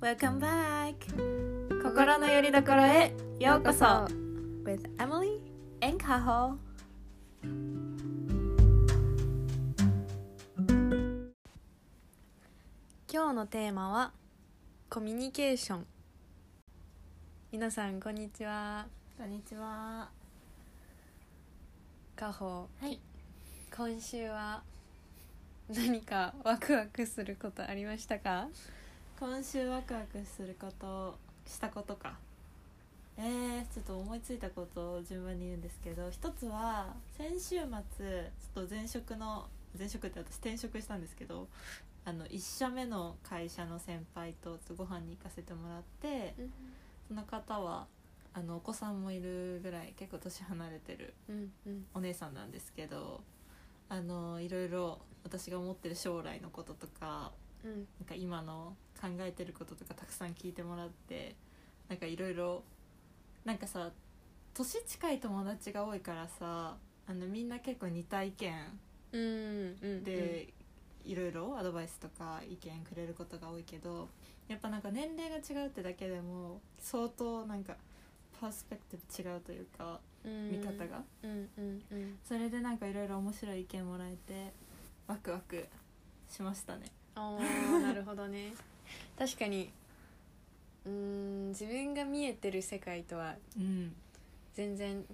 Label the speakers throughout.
Speaker 1: Welcome back 心のよりどころへようこそ
Speaker 2: With Emily
Speaker 1: エンカホ
Speaker 2: 今日のテーマはコミュニケーション皆さんこんにちは
Speaker 1: こんにちは
Speaker 2: カホ
Speaker 1: はい
Speaker 2: 今週は何かワクワクすることありましたか
Speaker 1: 今週ワクワクすることしたことかえー、ちょっと思いついたことを順番に言うんですけど一つは先週末ちょっと前職の前職って私転職したんですけどあの1社目の会社の先輩とちょっとご飯に行かせてもらってその方はあのお子さんもいるぐらい結構年離れてる
Speaker 2: うんうん
Speaker 1: お姉さんなんですけどあのいろいろ私が思ってる将来のこととか
Speaker 2: うん
Speaker 1: なんか今の考えてることとかたくさん聞いてもらってなんかいろいろなんかさ年近い友達が多いからさあのみんな結構似た意見
Speaker 2: うんうん
Speaker 1: でいろいろアドバイスとか意見くれることが多いけどやっぱなんか年齢が違うってだけでも相当なんかパースペクティブ違うというか見方が
Speaker 2: うんうんうん
Speaker 1: それでなんかいろいろ面白い意見もらえてワクワクしましたね
Speaker 2: あーなるほど ね確かにうーん自分が見えてる世界とは
Speaker 1: うん
Speaker 2: 全然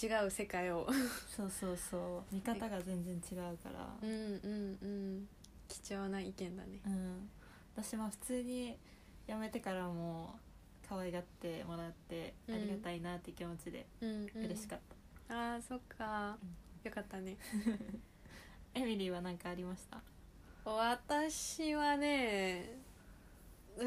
Speaker 2: 違う世界を
Speaker 1: そうそうそう見方が全然違うから
Speaker 2: うんうんうん貴重な意見だね
Speaker 1: うん私は普通に辞めてからも可愛がってもらってあ
Speaker 2: うん
Speaker 1: りがたいなって気持ちで
Speaker 2: うん、うん、
Speaker 1: 嬉しかっ
Speaker 2: ったあーそっか
Speaker 1: うん
Speaker 2: よかったね
Speaker 1: た、エミリーは何かありました
Speaker 2: 私はね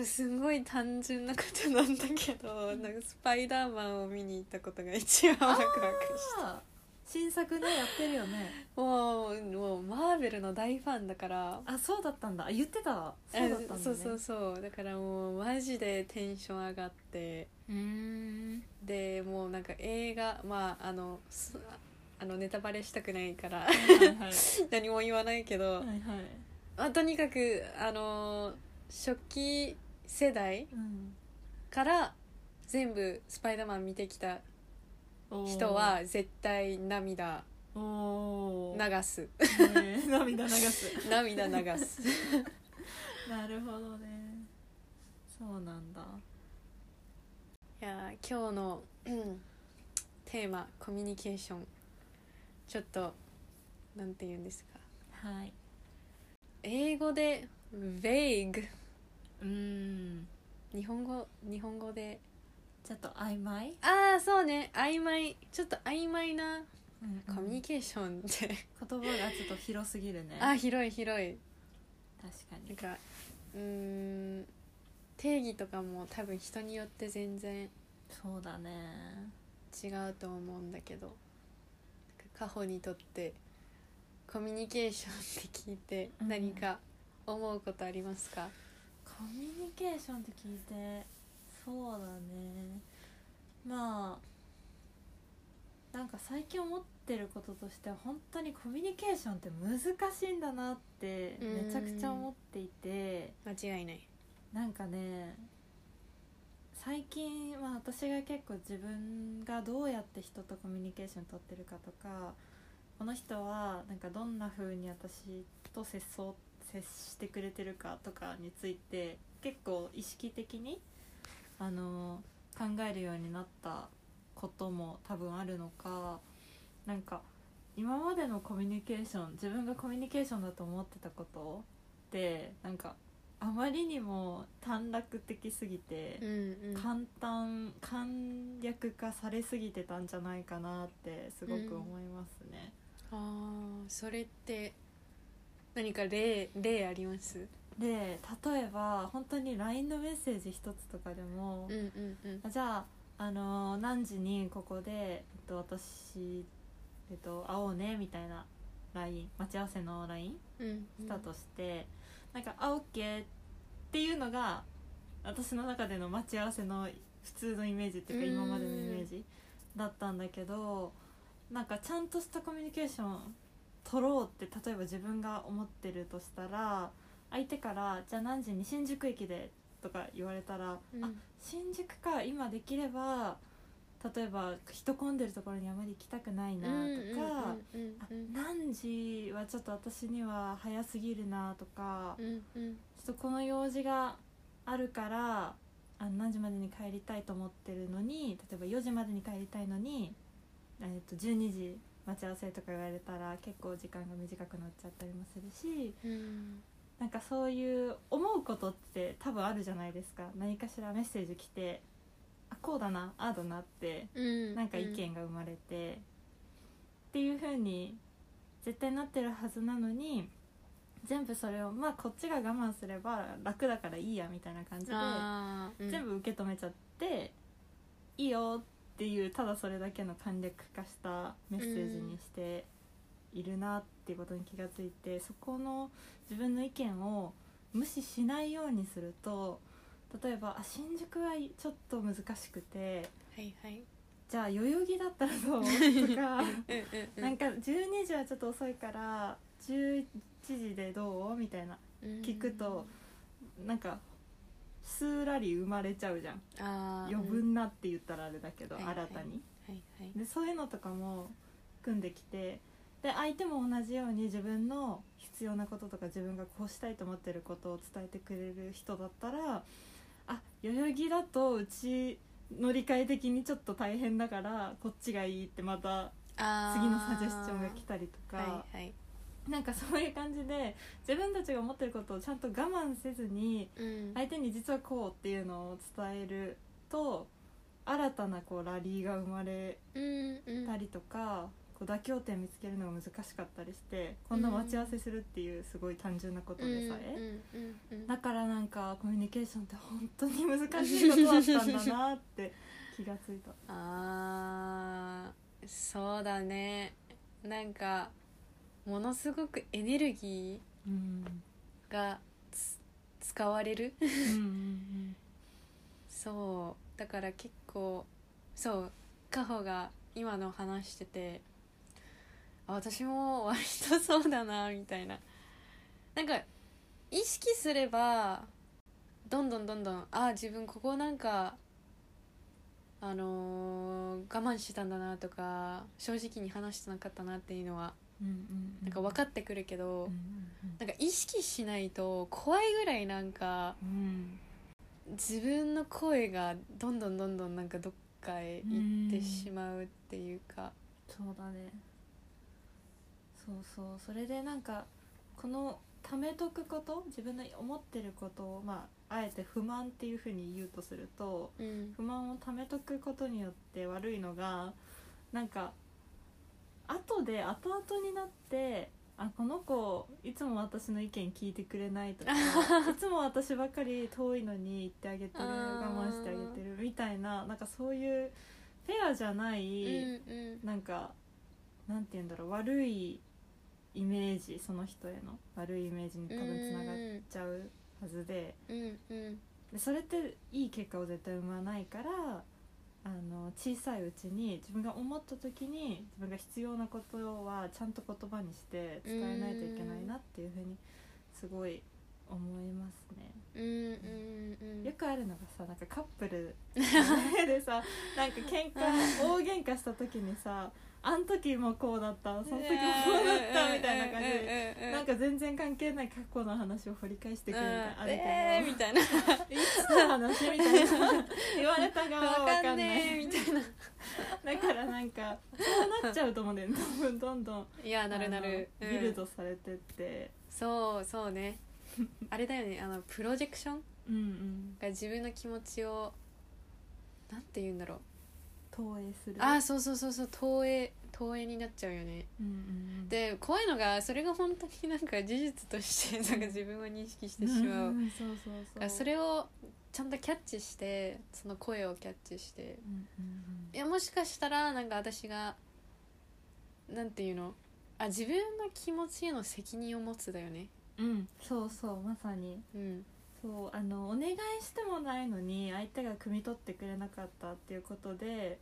Speaker 2: すごい単純なことなんだけど、なんかスパイダーマンを見に行ったことが一番ワクワクした
Speaker 1: あ新作ねやってるよね
Speaker 2: もうもうマーベルの大ファンだから
Speaker 1: あそうだったんだあ言ってたそうだったんだ、ね、
Speaker 2: そうそうそうだからもうマジでテンション上がって
Speaker 1: うーん
Speaker 2: でもうなんか映画まああのすあのネタバレしたくないから
Speaker 1: はいはい
Speaker 2: 何も言わないけど、
Speaker 1: はいはい
Speaker 2: まあ、とにかくあの初期世代
Speaker 1: うん
Speaker 2: から全部スパイダーマン見てきた
Speaker 1: おー
Speaker 2: 人は絶対涙
Speaker 1: おー
Speaker 2: 流す
Speaker 1: ね涙流す
Speaker 2: 涙流す
Speaker 1: なるほどねそうなんだ
Speaker 2: いやー今日のうんテーマコミュニケーションちょっとなんて言うんですか
Speaker 1: はい
Speaker 2: 英語で vague
Speaker 1: うん
Speaker 2: 日本語日本語で
Speaker 1: ちょっと曖昧、
Speaker 2: ああそうね曖昧ちょっと曖昧なコミュニ
Speaker 1: 言
Speaker 2: ケーションって、
Speaker 1: 葉がちょっと広すぎるね
Speaker 2: あー広い広い
Speaker 1: 確か
Speaker 2: なん
Speaker 1: に
Speaker 2: かうーん定義とかも多分人によって全然
Speaker 1: そうだね
Speaker 2: 違うと思うんだけどカホにとってコミュニケーションって聞いて
Speaker 1: うん
Speaker 2: 何か思うことありますか、
Speaker 1: コミュニケーションって聞いてそうだねまあなんか最近思ってることとしては本当にコミュニケーションって難しいんだなってめちゃくちゃ思っていて、
Speaker 2: 間違いない
Speaker 1: なんかね最近、まあ、私が結構自分がどうやって人とコミュニケーション取ってるかとかこの人はなんかどんな風に私と接そう接してくれてるかとかについて結構意識的にあの考えるようになったことも多分あるのかなんか今までのコミュニケーション自分がコミュニケーションだと思ってたことってなんかあまりにも短絡的すぎて、
Speaker 2: うんうん
Speaker 1: 簡単簡略化されすぎてたんじゃないかなってすごく思いますね。
Speaker 2: あーそれって何か例例あります
Speaker 1: で例えば本当に LINE のメッセージ一つとかでも、
Speaker 2: うんうんうん
Speaker 1: あじゃあ、あのー何時にここで、えっと、私、えっと、会おうねみたいな LINE 待ち合わせの LINE
Speaker 2: うん
Speaker 1: したとして、なんか「あオッケー」っていうのが私の中での待ち合わせの普通のイメージっていうか
Speaker 2: うん
Speaker 1: 今までのイメージだったんだけどなんかちゃんとしたコミュニケーション取ろうって例えば自分が思ってるとしたら相手から「じゃあ何時に新宿駅で」っとか言われたら新宿か今できれば例えば人混んでるところにあまり行きたくないなとか、
Speaker 2: うんうん
Speaker 1: あ
Speaker 2: うん
Speaker 1: 何時はちょっと私には早すぎるなとか、
Speaker 2: うんうん
Speaker 1: ちょっとこの用事があるからあの何時までに帰りたいと思ってるのに例えば4時までに帰りたいのに、えっと12時待ち合わせとか言われたら結構時間が短くなっちゃったりもするし
Speaker 2: うん
Speaker 1: なんかそういう思うことって多分あるじゃないですか何かしらメッセージ来てあこうだなああだなって
Speaker 2: うん
Speaker 1: なんか意見が生まれて、っていう風に絶対なってるはずなのに全部それをまあこっちが我慢すれば楽だからいいやみたいな感じで
Speaker 2: あーうん
Speaker 1: 全部受け止めちゃって、いいよっていうただそれだけの簡略化したメッセージにしているなっていうことに気がついてそこの自分の意見を無視しないようにすると例えばあ新宿はちょっと難しくて
Speaker 2: はいはい
Speaker 1: じゃあ代々木だったらどうとか
Speaker 2: うん うんうん
Speaker 1: なんか12時はちょっと遅いから11時でどうみたいな
Speaker 2: うん
Speaker 1: 聞くとなんかすーらり生まれちゃうじゃん
Speaker 2: あー
Speaker 1: 余分なって言ったらあれだけど、
Speaker 2: はい
Speaker 1: 新
Speaker 2: はい
Speaker 1: たに、
Speaker 2: はいはい
Speaker 1: でそういうのとかも組んできてで相手も同じように自分の必要なこととか自分がこうしたいと思ってることを伝えてくれる人だったらあ代々木だとうち乗り換え的にちょっと大変だからこっちがいいってまた
Speaker 2: あー
Speaker 1: 次のサジェスチョンが来たりとか、
Speaker 2: はいはい
Speaker 1: なんかそういう感じで自分たちが思ってることをちゃんと我慢せずに
Speaker 2: うん
Speaker 1: 相手に実はこうっていうのを伝えると新たなこうラリーが生まれ
Speaker 2: うんうん
Speaker 1: たりとか、こう妥協点見つけるのが難しかったりしてこんな待ち合わせするっていうすごい単純なことでさえ、
Speaker 2: うんうんうんうん
Speaker 1: だからなんかコミュニケーションって本当に難しいことだったんだな って気がついた。
Speaker 2: あーそうだねなんかものすごくエネルギ
Speaker 1: うん
Speaker 2: ーがつ使われる
Speaker 1: うん
Speaker 2: そうだから結構そうカホが今の話しててあ私も割とそうだなみたいななんか意識すればどんどんどんどんあ自分ここなんかあのー我慢してたんだなとか正直に話してなかったなっていうのは
Speaker 1: うんうん
Speaker 2: なんか分かってくるけど、
Speaker 1: うん
Speaker 2: なんか意識しないと怖いぐらいなんか
Speaker 1: うんうん
Speaker 2: 自分の声がどんどんどんどんなんかどっかへ行ってしまうっていうか
Speaker 1: そうだねそうそうそれでなんかこのためとくこと自分の思ってることを、まあ、あえて不満っていうふうに言うとすると、
Speaker 2: うん
Speaker 1: 不満を貯めとくことによって悪いのがなんか後で後々になってあこの子いつも私の意見聞いてくれな いとかいつも私ばっかり遠いのに言ってあげてる
Speaker 2: あー
Speaker 1: 我慢してあげてるみたいななんかそういうフェアじゃない、
Speaker 2: うんうん
Speaker 1: なんかなんて言うんだろう悪いイメージその人への悪いイメージに多分つながっちゃうはずで。
Speaker 2: うんうん
Speaker 1: でそれっていい結果を絶対生まないからあの小さいうちに自分が思った時に自分が必要なことはちゃんと言葉にして伝えないといけないなっていうふうにすごい思いますね。
Speaker 2: うんうんうん
Speaker 1: よくあるのがさなんかカッ プルでさなんか喧嘩大喧嘩した時にさあん時もこうだったその時もこうだったみたいな感じで。なん
Speaker 2: か
Speaker 1: か全然関係ない過去の話を掘り返してくるみたいな、あるけど
Speaker 2: えーみたいなわ
Speaker 1: いつの話みたいな言われた側は分
Speaker 2: か
Speaker 1: か
Speaker 2: ん
Speaker 1: んない
Speaker 2: ねえみたいな
Speaker 1: だからなんかそうなっちゃうと思うね多分どんどん
Speaker 2: いやなるなる
Speaker 1: あの
Speaker 2: うん
Speaker 1: ビルドされてって
Speaker 2: そうそうねあれだよねあのプロジェクション
Speaker 1: うんうん
Speaker 2: が自分の気持ちをなんて言うんだろう
Speaker 1: 投影する
Speaker 2: あーそうそうそうそう投影投影になっちゃうよね
Speaker 1: うんうんうん
Speaker 2: で怖いのがそれが本当になんか事実としてなんか自分を認識してしまう、
Speaker 1: んんそうそう
Speaker 2: だ
Speaker 1: そ
Speaker 2: か
Speaker 1: う
Speaker 2: らそれをちゃんとキャッチしてその声をキャッチして
Speaker 1: うんうん
Speaker 2: いやもしかしたらなんか私がなんていうのあ自分の気持ちへの責任を持つだよね
Speaker 1: うんうんそうそうまさに
Speaker 2: うん
Speaker 1: そうあのお願いしてもないのに相手が汲み取ってくれなかったっていうことで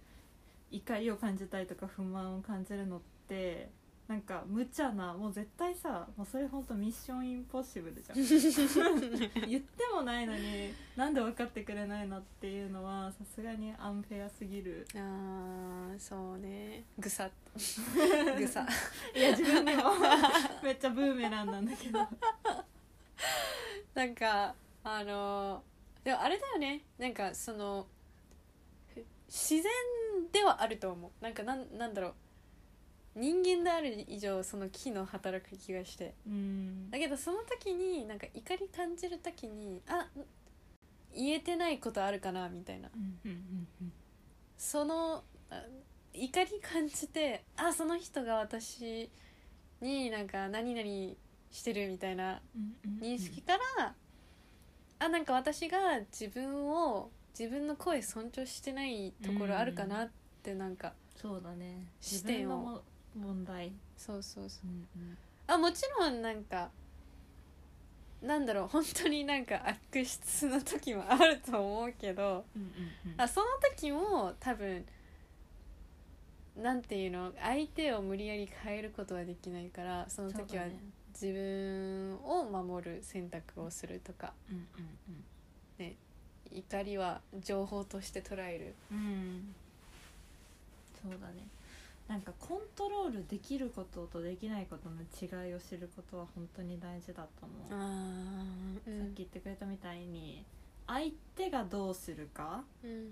Speaker 1: 怒りを感じたりとか不満を感じるのってなんか無茶なもう絶対さもうそれほんとミッションインポッシブルじゃん 言ってもないのになんで分かってくれないのっていうのはさすがにアンフェアすぎる
Speaker 2: あーそうねぐ さっぐさ
Speaker 1: いや自分でも めっちゃブーメランなんだけど
Speaker 2: なんかあのでもあれだよねなんかそのふ自然ではあると思うなんかなんなんだろう人間である以上その木の働く気がして
Speaker 1: うん
Speaker 2: だけどその時になんか怒り感じる時にあ言えてないことあるかなみたいな
Speaker 1: うんうんうん
Speaker 2: そのあ怒り感じてあその人が私になんか何々してるみたいな
Speaker 1: うんうん
Speaker 2: 認識から、あなんか私が自分を自分の声尊重してないところあるかなってなんか、
Speaker 1: そうだね
Speaker 2: 視
Speaker 1: 自
Speaker 2: 点
Speaker 1: 分の
Speaker 2: を
Speaker 1: も問題
Speaker 2: そうそうそう
Speaker 1: うんうん
Speaker 2: あもちろんなんかなんだろう本当になんか悪質な時もあると思うけど
Speaker 1: うんうん
Speaker 2: あその時も多分なんていうの相手を無理やり変えることはできないからその時は
Speaker 1: そうだね
Speaker 2: 自分を守る選択をするとか。
Speaker 1: うん
Speaker 2: 怒りは情報として捉える
Speaker 1: うんうんうんそうだねなんかコントロールできることとできないことの違いを知ることは本当に大事だと思う、
Speaker 2: あー、うん、
Speaker 1: さっき言ってくれたみたいに相手がどうするか
Speaker 2: うん
Speaker 1: っ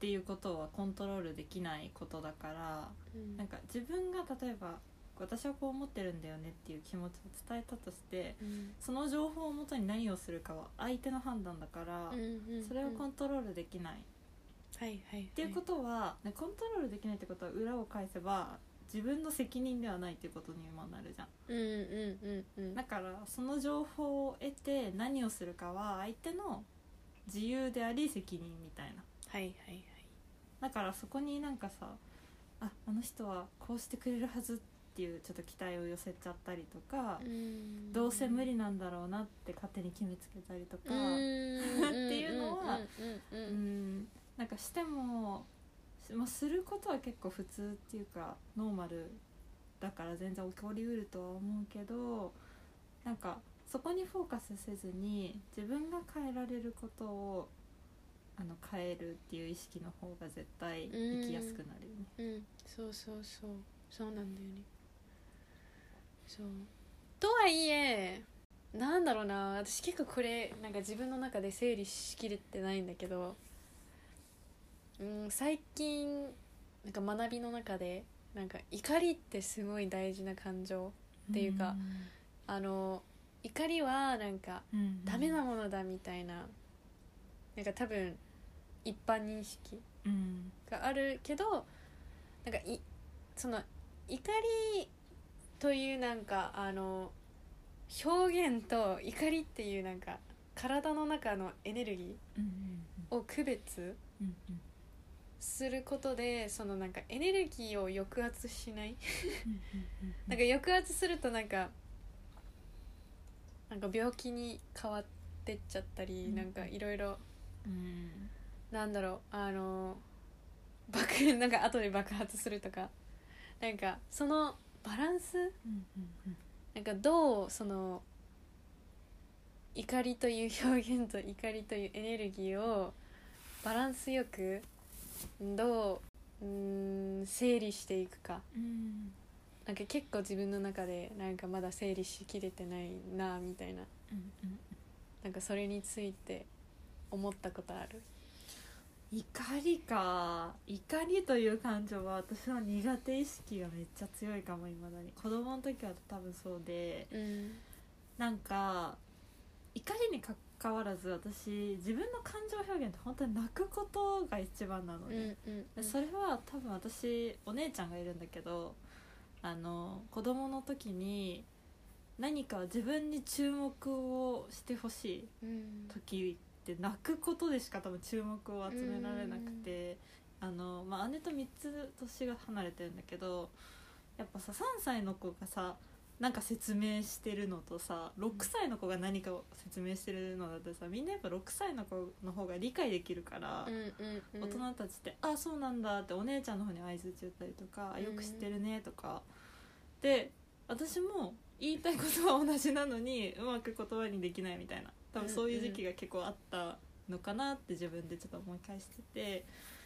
Speaker 1: ていうことはコントロールできないことだから
Speaker 2: うん
Speaker 1: なんか自分が例えば私はこう思ってるんだよねっていう気持ちを伝えたとして
Speaker 2: うん
Speaker 1: その情報をもとに何をするかは相手の判断だから、
Speaker 2: うんうん
Speaker 1: それをコ
Speaker 2: はい
Speaker 1: ントロールできない、っ
Speaker 2: はいはいって
Speaker 1: いうことは、ねコントロールできないってことは裏を返せば自分の責任ではないっていうことにもなるじゃん
Speaker 2: うんうんうんうん
Speaker 1: だからその情報を得て何をするかは相手の自由であり責任みたいな
Speaker 2: はいはいはい
Speaker 1: だからそこになんかさああの人はこうしてくれるはずっていうちょっと期待を寄せちゃったりとか、
Speaker 2: うん
Speaker 1: どうせ無理なんだろうなって勝手に決めつけたりとか、っていうのは
Speaker 2: うんうんうん
Speaker 1: う
Speaker 2: うん
Speaker 1: んなんかしても、しまあ、することは結構普通っていうかノーマルだから全然起こりうるとは思うけどなんかそこにフォーカスせずに自分が変えられることをあの変えるっていう意識の方が絶対生きやすくなるよね。
Speaker 2: うんうんそうそうそうそうなんだよねそうとはいえなんだろうな私結構これなんか自分の中で整理しきれてないんだけどうん最近なんか学びの中でなんか怒りってすごい大事な感情っていうかあの怒りはなんか
Speaker 1: うん、うん
Speaker 2: ダメなものだみたいななんか多分一般認識
Speaker 1: うん
Speaker 2: があるけどなんかいその怒りというなんかあの表現と怒りっていうなんか体の中のエネルギ
Speaker 1: うん
Speaker 2: ーを区別
Speaker 1: うんうんうん
Speaker 2: することでそのなんかエネルギーを抑圧し ない
Speaker 1: うん
Speaker 2: なんか抑圧するとなんかなんか病気に変わってっちゃったり、
Speaker 1: うん
Speaker 2: なんかいろいろ
Speaker 1: うん
Speaker 2: なんだろうあの爆 なんか後で爆発するとかなんかそのバランス
Speaker 1: うんうん
Speaker 2: なんかどうその怒りという表現と怒りというエネルギーをバランスよくどううーん整理していくか
Speaker 1: うん
Speaker 2: なんか結構自分の中でなんかまだ整理しきれてないなみたいな
Speaker 1: うんうん
Speaker 2: なんかそれについて思ったことある
Speaker 1: 怒りか怒りという感情は私は苦手意識がめっちゃ強いかもいまだに子供の時は多分そうで
Speaker 2: うん
Speaker 1: なんか怒りにかかわらず私自分の感情表現って本当に泣くことが一番なの
Speaker 2: う
Speaker 1: で、
Speaker 2: んうん
Speaker 1: でそれは多分私お姉ちゃんがいるんだけどあの子供の時に何か自分に注目をしてほしい
Speaker 2: うん
Speaker 1: 時って泣くことでしか多分注目を集められなくてあの、まあ、姉と3つ年が離れてるんだけどやっぱさ3歳の子がさなんか説明してるのとさ6歳の子が何かを説明してるのだとさみんなやっぱ6歳の子の方が理解できるから
Speaker 2: う。んうんうん
Speaker 1: 大人たちって「あそうなんだ」ってお姉ちゃんの方に相づち打ったりとか「あよく知ってるね」とかで私も言いたいことは同じなのにうまく言葉にできないみたいな多分そういう時期が結構あったのかなって自分でちょっと思い返してて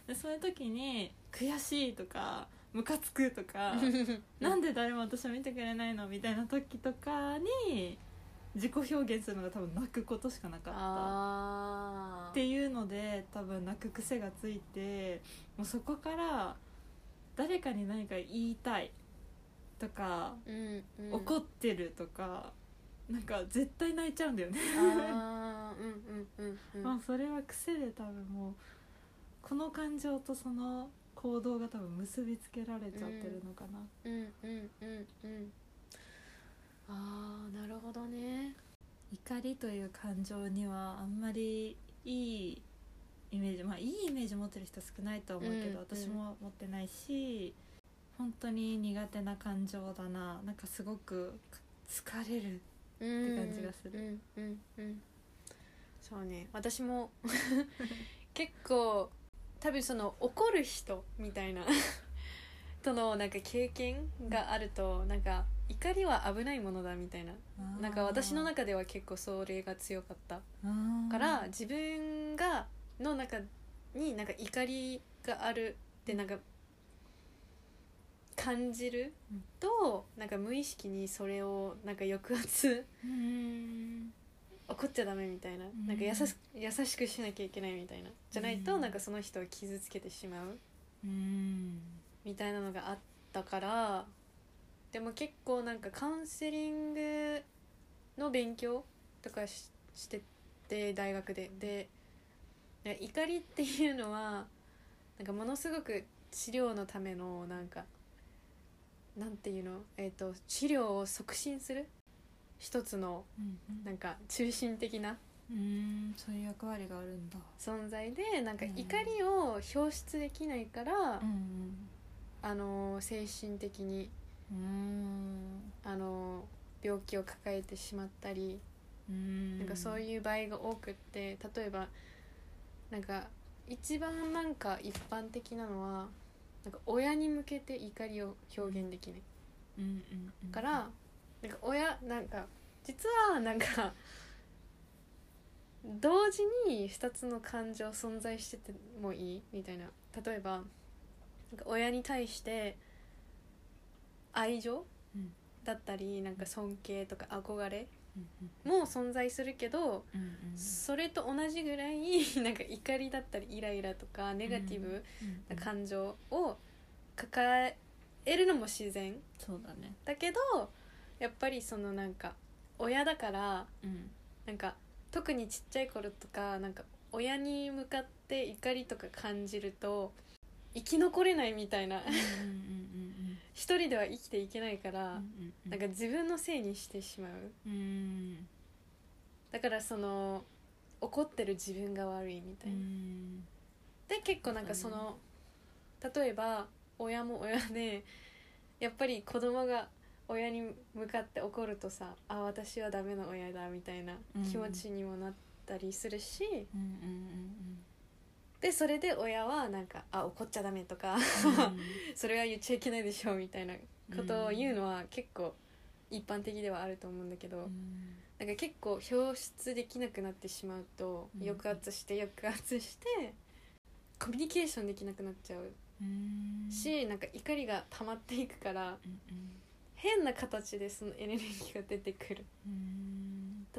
Speaker 1: でそういう時に「悔しい」とか「ムカつく」とか「なんで誰も私を見てくれないの?」みたいな時とかに自己表現するのが多分泣くことしかなかった。
Speaker 2: ああ
Speaker 1: っていうので多分泣く癖がついてもうそこから誰かに何か言いたいとか、
Speaker 2: うんうん、
Speaker 1: 怒ってるとかなんか絶対泣いちゃうんだよね、
Speaker 2: あーうんうんうんうん
Speaker 1: まあそれは癖で多分もうこの感情とその行動が多分結びつけられちゃってるのかな、
Speaker 2: うんうんうんうんああなるほどね
Speaker 1: 怒りという感情にはあんまりいいイメージまあいいイメージ持ってる人少ないと思うけど、
Speaker 2: うん
Speaker 1: 私も持ってないし本当に苦手な感情だななんかすごく疲れる
Speaker 2: って
Speaker 1: 感じがす
Speaker 2: るうんうんうんそうね私 も結構多分その怒る人みたいな とのなんか経験があるとなんか怒りは危ないものだみたいななんか私の中では結構それが強かったから自分がの中になんか怒りがあるってなんか感じるとなんか無意識にそれをなんか抑圧
Speaker 1: うん
Speaker 2: 怒っちゃダメみたいな
Speaker 1: うん
Speaker 2: なんか優し優しくしなきゃいけないみたいなじゃないうと
Speaker 1: ん
Speaker 2: なんかその人を傷つけてしまう
Speaker 1: うん
Speaker 2: みたいなのがあったからでも結構なんかカウンセリングの勉強とかししてて大学ででなんか怒りっていうのはなんかものすごく治療のためのなんかなんていうの、えー、と治療を促進する一つの
Speaker 1: うん
Speaker 2: なんか中心的な
Speaker 1: うんそういう役割があるんだ
Speaker 2: 存在でなんか
Speaker 1: うん
Speaker 2: 怒りを表出できないから、
Speaker 1: ん
Speaker 2: あの精神的に
Speaker 1: うん
Speaker 2: あの病気を抱えてしまったり
Speaker 1: うん
Speaker 2: なんかそういう場合が多くって例えばなんか一番なんか一般的なのはなんか親に向けて怒りを表現できない
Speaker 1: うんうんうん
Speaker 2: からなんか親なんか実はなんか同時に2つの感情存在しててもいいみたいな例えばなんか親に対して愛情、
Speaker 1: うん
Speaker 2: だったりなんか尊敬とか憧れ
Speaker 1: うん
Speaker 2: も存在するけど、
Speaker 1: うんうんうん
Speaker 2: それと同じぐらい なんか怒りだったりイライラとかネガティブ
Speaker 1: うんう
Speaker 2: なん感情を抱えるのも自然
Speaker 1: そうだね
Speaker 2: だけどやっぱりそのなんか親だから
Speaker 1: うん
Speaker 2: なんか特にちっちゃい頃とかなんか親に向かって怒りとか感じると生き残れないみたいな
Speaker 1: うんうんうん
Speaker 2: 一人では生きていけないか
Speaker 1: う
Speaker 2: ら、
Speaker 1: んうん
Speaker 2: なんか自分のせいにしてしまう
Speaker 1: うん
Speaker 2: だからその怒ってる自分が悪いみたいな、
Speaker 1: うん
Speaker 2: で結構なんかその例えば親も親でやっぱり子供が親に向かって怒るとさあ私はダメな親だみたいな気持ちにもなったりするし、
Speaker 1: うんうん
Speaker 2: でそれで親はなんかあ怒っちゃダメとか それは言っちゃいけないでしょみたいなことを言うのは結構一般的ではあると思うんだけど、
Speaker 1: うん
Speaker 2: なんか結構表出できなくなってしまうと
Speaker 1: うん
Speaker 2: 抑圧して抑圧してコミュニケーションできなくなっちゃう
Speaker 1: うん
Speaker 2: しなんか怒りが溜まっていくから
Speaker 1: うんうん
Speaker 2: 変な形でそのエネルギーが出てくる
Speaker 1: うん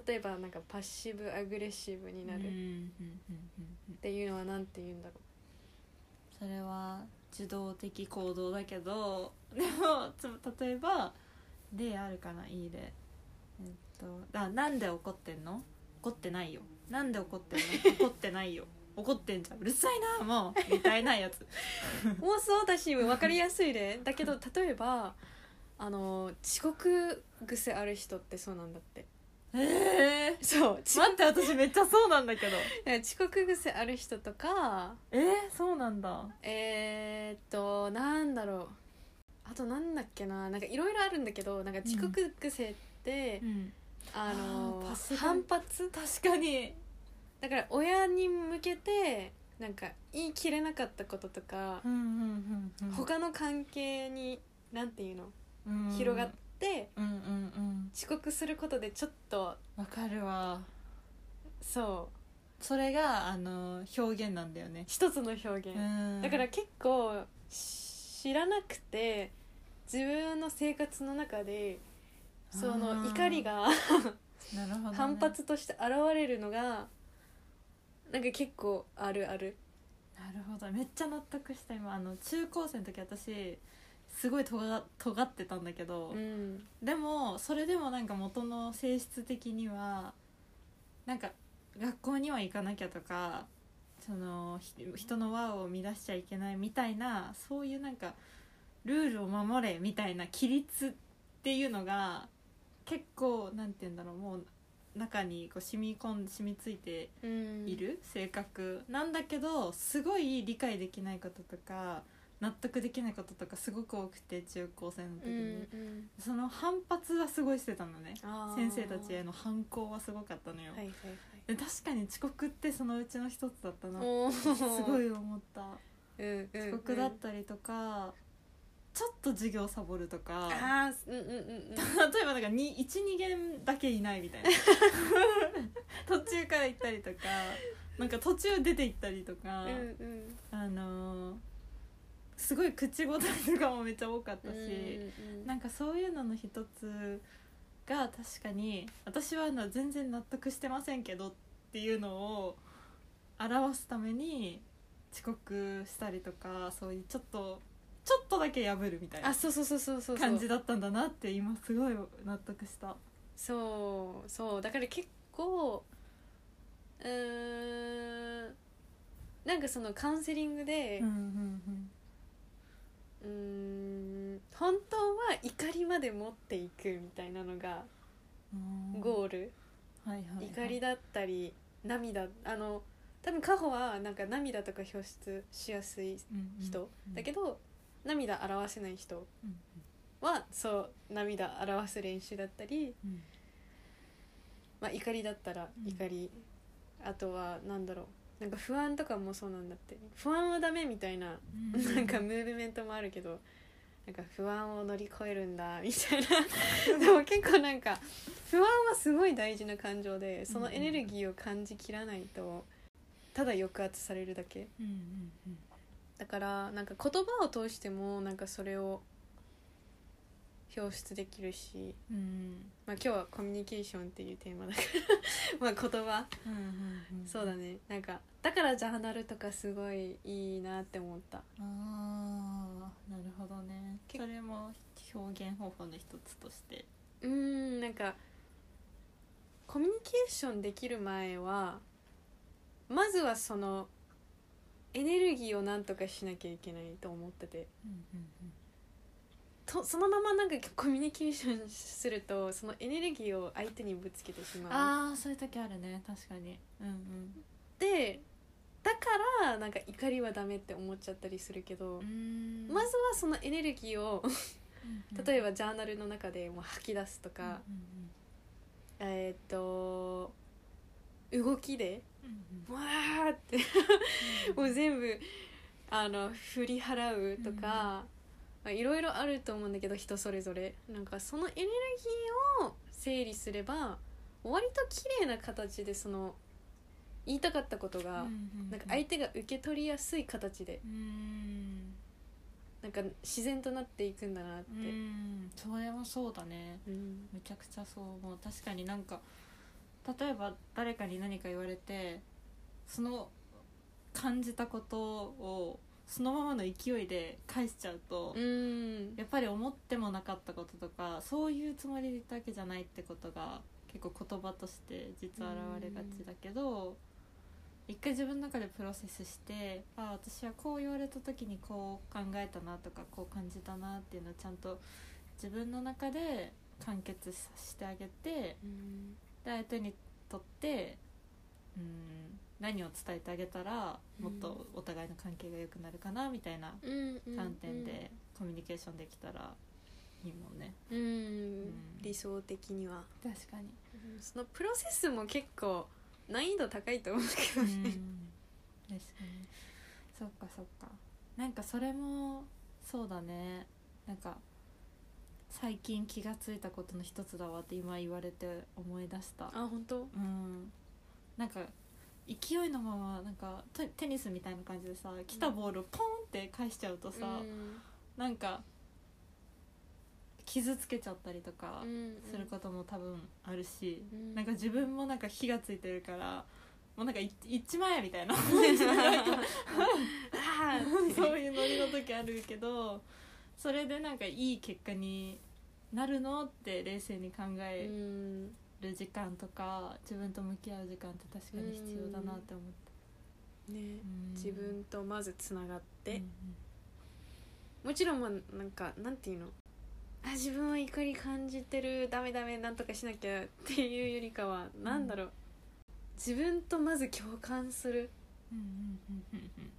Speaker 2: 例えばなんかパッシブアグレッシブにな
Speaker 1: うんう
Speaker 2: るっ
Speaker 1: んうんうんうん
Speaker 2: ていうのはなんて言うんだろ
Speaker 1: それは受動的行動だけどでもつ例えば例あるかないい例えっとあなんで怒ってんの怒ってないよなんで怒ってんの怒ってないよ怒ってんじゃんうるさいなもうみたいなやつ
Speaker 2: う妄想だし分かりやすいでだけど例えばあの遅刻癖ある人ってそうなんだって
Speaker 1: ええ
Speaker 2: そうち
Speaker 1: 待って私めっちゃそうなんだけど
Speaker 2: 遅刻癖ある人とか
Speaker 1: えー、そうなんだ
Speaker 2: えー、っとなんだろうあとなんだっけななんかいろいろあるんだけどなんか遅刻癖って、
Speaker 1: ん
Speaker 2: あの
Speaker 1: あーパス
Speaker 2: 反発
Speaker 1: 確かに
Speaker 2: だから親に向けてなんか言い切れなかったこととか、
Speaker 1: うんうんうんうん
Speaker 2: 他の関係になんていうの
Speaker 1: うん
Speaker 2: 広がって
Speaker 1: うんうんうん
Speaker 2: 遅刻することでちょっと
Speaker 1: わかるわ
Speaker 2: そう
Speaker 1: それがあの表現なんだよね
Speaker 2: 一つの表現、
Speaker 1: うん
Speaker 2: だから結構し知らなくて自分の生活の中でそ
Speaker 1: あ
Speaker 2: の
Speaker 1: ー
Speaker 2: 怒りが
Speaker 1: なるほどね、
Speaker 2: 反発として現れるのがなんか結構あるある
Speaker 1: なるほどめっちゃ納得した今あの中高生の時私すごいとが尖ってたんだけど、
Speaker 2: うん
Speaker 1: でもそれでもなんか元の性質的にはなんか学校には行かなきゃとかそのひ人の輪を乱しちゃいけないみたいなそういうなんかルールを守れみたいな規律っていうのが結構なんて言うんだろうもう中にこう染み込ん染みついて
Speaker 2: うん
Speaker 1: いる性格なんだけどすごい理解できないこととか納得できないこととかすごく多くて中高生の時
Speaker 2: う
Speaker 1: に、
Speaker 2: んうん
Speaker 1: その反発はすごいしてたのね
Speaker 2: あー
Speaker 1: 先生たちへの反抗はすごかったのよ、
Speaker 2: はいはい
Speaker 1: で確かに遅刻ってそのうちの一つだったな
Speaker 2: はい
Speaker 1: って
Speaker 2: おー
Speaker 1: すごい思った
Speaker 2: うんうんうん
Speaker 1: 遅刻だったりとかちょっと授業サボるとか
Speaker 2: あーうんうんうんうん
Speaker 1: 例えばなんか12限だけいないみた いな途中から行ったりとかなんか途中出て行ったりとか、
Speaker 2: うんうん
Speaker 1: あのーすごい口答えとかもめっちゃ多かったし、
Speaker 2: うんうん
Speaker 1: なんかそういうのの一つが確かに私はあの全然納得してませんけどっていうのを表すために遅刻したりとかそういうちょっとちょっとだけ破るみたい
Speaker 2: あ
Speaker 1: な
Speaker 2: そうそうそうそうそうそう
Speaker 1: 感じだったんだなって今すごい納得した。
Speaker 2: そうそうだから結構うーんなんかそのカウンセリングで
Speaker 1: うんうんうん
Speaker 2: うーん本当は怒りまで持っていくみたいなのが
Speaker 1: うん
Speaker 2: ゴール、
Speaker 1: はいはいはい
Speaker 2: 怒りだったり涙あの多分カホはなんか涙とか表出しやすい
Speaker 1: うんうん
Speaker 2: 人、
Speaker 1: うん
Speaker 2: だけど涙表せない人
Speaker 1: うん
Speaker 2: はそう涙表す練習だったり
Speaker 1: うん
Speaker 2: まあ、怒りだったら
Speaker 1: うん
Speaker 2: 怒り、あとはなんだろうなんか不安とかもそうなんだって不安はダメみたいな、
Speaker 1: うん
Speaker 2: なんかムーブメントもあるけどなんか不安を乗り越えるんだみたいな でも結構なんか不安はすごい大事な感情でそのエネルギーを感じきらないとただ抑圧されるだけ
Speaker 1: うんうんうん
Speaker 2: だからなんか言葉を通してもなんかそれを表出できるし
Speaker 1: うん
Speaker 2: まあ、今日はコミュニケーションっていうテーマだから まあ言葉、
Speaker 1: うんうんうん
Speaker 2: そうだねなんかだからジャーナルとかすごいいいなって思った
Speaker 1: あーなるほどね
Speaker 2: け
Speaker 1: それも表現方法の一つとして
Speaker 2: うーんなんかコミュニケーションできる前はまずはそのエネルギーをなんとかしなきゃいけないと思ってて
Speaker 1: うんうん
Speaker 2: とそのままなんかコミュニケーションするとそのエネルギーを相手にぶつけてしまう
Speaker 1: ああそういう時あるね確かにうん
Speaker 2: でだからなんか怒りはダメって思っちゃったりするけど、
Speaker 1: うんうん
Speaker 2: まずはそのエネルギーを例え
Speaker 1: ば
Speaker 2: ばジャーナルの中でもう吐き出すとか、えーっと動きでわーってもう全部あの振り払うとか、まあ、いろいろあると思うんだけど人それぞれなんかそのエネルギーを整理すれば割と綺麗な形でその言いたかったことが、なんか相手が受け取りやすい形で
Speaker 1: うん
Speaker 2: なんか自然となっていくんだなって。
Speaker 1: うんそれもそうだね
Speaker 2: うん
Speaker 1: めちゃくちゃそう思う確かになんか例えば誰かに何か言われてその感じたことをそのままの勢いで返しちゃうと、
Speaker 2: うん
Speaker 1: やっぱり思ってもなかったこととかそういうつもりで言ったわけじゃないってことが結構言葉として実は現れがちだけど一回自分の中でプロセスしてああ私はこう言われた時にこう考えたなとかこう感じたなっていうのをちゃんと自分の中で完結させてあげて
Speaker 2: うん
Speaker 1: で相手にとってうん何を伝えてあげたらもっとお互いの関係が良くなるかなみたいな観点でコミュニケーションできたらいいもんね
Speaker 2: うん、
Speaker 1: ん
Speaker 2: 理想的には、
Speaker 1: 確かに
Speaker 2: そのプロセスも結構難易度高いと思うけど
Speaker 1: うん確
Speaker 2: ね、
Speaker 1: かにそっかそっかなんかそれもそうだねなんか最近気がついたことの一つだわって今言われて思い出した
Speaker 2: あ本当
Speaker 1: うんなんか勢いのままなんかテテニスみたいな感じでさ来たボールをポンって返しちゃうとさ、
Speaker 2: うん
Speaker 1: なんか傷つけちゃったりとか
Speaker 2: うん
Speaker 1: することも多分あるし、
Speaker 2: うん
Speaker 1: なんか自分もなんか火がついてるからもうなんかいいっちまえみたいな
Speaker 2: あ
Speaker 1: そういうノリの時あるけどそれでなんかいい結果になるのって冷静に考
Speaker 2: ーう
Speaker 1: え
Speaker 2: ん
Speaker 1: る時間とか自分と向き合う時間って確かに必要だなって思って、
Speaker 2: ね
Speaker 1: うん
Speaker 2: 自分とまずつながって
Speaker 1: うん、
Speaker 2: もちろんまあなんかなんていうのあ自分は怒り感じてるダメダメなんとかしなきゃっていうよりかはなんだろう、自分とまず共感する
Speaker 1: うんうんうんうんうん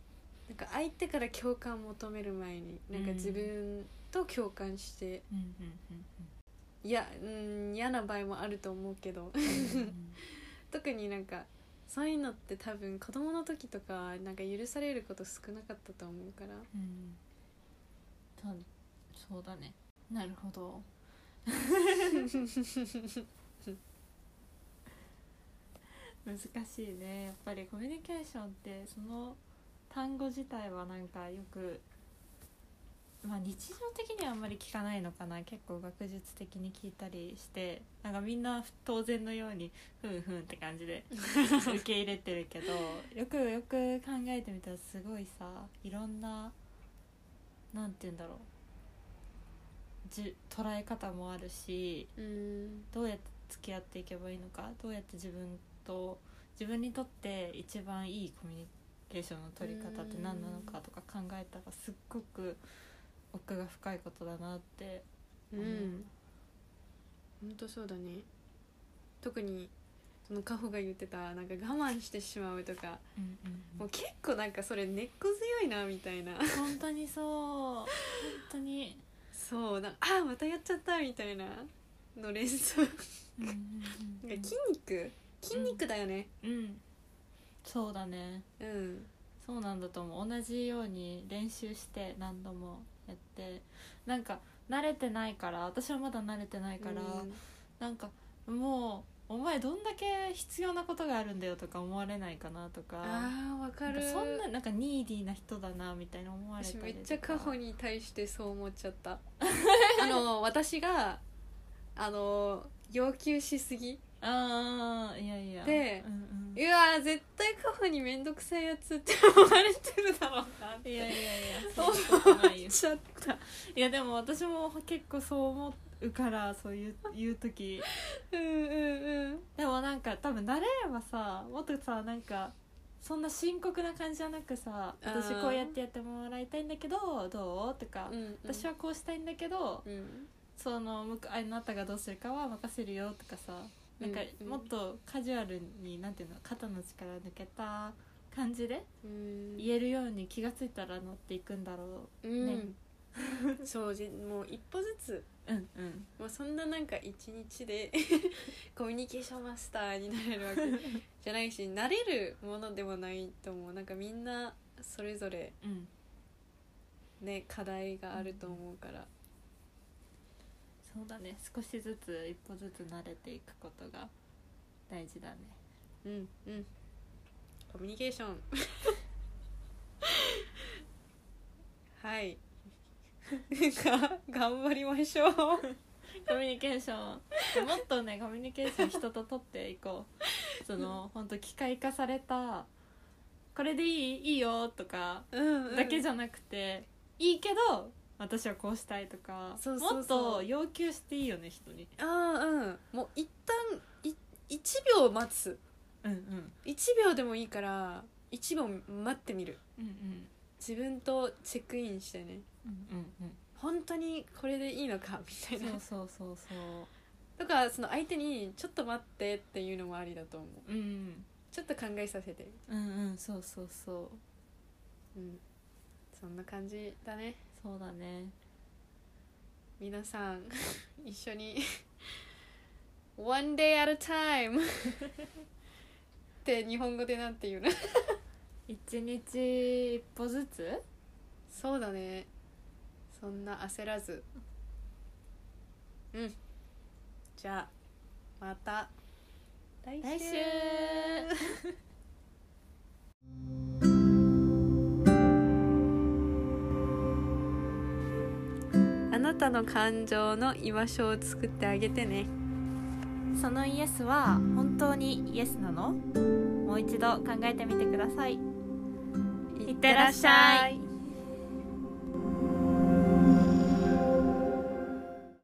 Speaker 2: なんか相手から共感求める前になんか
Speaker 1: うん
Speaker 2: 自分と共感して、
Speaker 1: うんうんうん
Speaker 2: いやうん嫌な場合もあると思うけど
Speaker 1: うんうん
Speaker 2: 特になんかそういうのって多分子供の時とかなんか許されること少なかったと思うから
Speaker 1: うんたそうだねなるほど難しいねやっぱりコミュニケーションってその単語自体はなんかよくまあ日常的にはあんまり聞かないのかな結構学術的に聞いたりしてなんかみんな当然のようにふんふんって感じ で受け入れてるけどよくよく考えてみたらすごいさいろんななんて言うんだろうじ捉え方もあるし
Speaker 2: うん
Speaker 1: どうやって付き合っていけばいいのかどうやって自分と自分にとって一番いいコミュニケーションの取り方って何なのかとか考えたらすっごく奥が深いことだなって
Speaker 2: う
Speaker 1: うんん
Speaker 2: 本当そうだね特にそのカホが言ってたなんか我慢してしまうとか
Speaker 1: うん
Speaker 2: もう結構なんかそれ根っこ強いなみたいな
Speaker 1: 本当にそう本当に、
Speaker 2: そうなんかあーまたやっちゃったみたいなの連想なんか
Speaker 1: うんうん うんうん
Speaker 2: 筋肉筋肉だよね
Speaker 1: うんそうだね
Speaker 2: うん
Speaker 1: そうなんだと思う同じように練習して何度もやってなんか慣れてないから私はまだ慣れてないから、なんかもうお前どんだけ必要なことがあるんだよとか思われないかなとか
Speaker 2: ああわか
Speaker 1: なんか
Speaker 2: る
Speaker 1: そんななんかニーディーな人だなみたいな思われた
Speaker 2: 私
Speaker 1: りとか
Speaker 2: めっちゃカホに対してそう思っちゃった あの私があの要求しすぎ
Speaker 1: ああいやいや
Speaker 2: で
Speaker 1: うんうん
Speaker 2: うわー絶対カフェに面倒くさいやつって思われてるだろうなって
Speaker 1: いやいやいや
Speaker 2: 思
Speaker 1: そ
Speaker 2: っ
Speaker 1: んなことないよ
Speaker 2: ちゃった
Speaker 1: いやでも私も結構そう思うからそういういう時
Speaker 2: うんうんうん
Speaker 1: でもなんか多分慣れればさもっとさなんかそんな深刻な感じじゃなくさ
Speaker 2: うん
Speaker 1: 私こうやってやってもらいたいんだけどどうとか、
Speaker 2: うんうん
Speaker 1: 私はこうしたいんだけど、
Speaker 2: うん
Speaker 1: その向くあなたがどうするかは任せるよとかさなんか
Speaker 2: うん
Speaker 1: もっとカジュアルになんていうの肩の力抜けた感じで
Speaker 2: うん
Speaker 1: 言えるように気がついたらなっていくんだろ
Speaker 2: うんそうじもう一歩ずつ
Speaker 1: ううんうん
Speaker 2: もうそんななんか一日で コミュニケーションマスターになれるわけじゃないし慣れるものでもないと思うなんかみんなそれぞれ
Speaker 1: うん
Speaker 2: ね課題があると思うから
Speaker 1: そうだね少しずつ一歩ずつ慣れていくことが大事だね
Speaker 2: うんうんコミュニケーション はい が頑張りましょう
Speaker 1: コミュニケーションもっとねコミュニケーション人と取っていこうその本当機械化されたこれでいいいいよとか
Speaker 2: うん、
Speaker 1: だけじ
Speaker 2: ゃ
Speaker 1: ゃなくて、いいけど私はこうしたいとか
Speaker 2: そうそうそう
Speaker 1: もっと要求していいよね人に
Speaker 2: ああうんもう一旦い1秒待つ
Speaker 1: うんうん
Speaker 2: 1秒でもいいから1秒待ってみる
Speaker 1: うんうん
Speaker 2: 自分とチェックインしてね
Speaker 1: うんうん
Speaker 2: 本当にこれでいいのかみたいな
Speaker 1: そうそうそうそ
Speaker 2: とかその相手に「ちょっと待って」っていうのもありだと思う
Speaker 1: ううん
Speaker 2: ちょっと考えさせて
Speaker 1: うんうんそうそうそう
Speaker 2: うんそんな感じだね
Speaker 1: そうだね
Speaker 2: 皆さん 一緒に One day at a time って日本語でなんて言うの
Speaker 1: 一日一歩ずつ
Speaker 2: そうだねそんな焦らずじゃあまた来
Speaker 1: 来週
Speaker 2: あなたの感情の居場所を作ってあげてね
Speaker 1: そのイエスは本当にイエスなのもう一度考えてみてくださいいってらっしゃい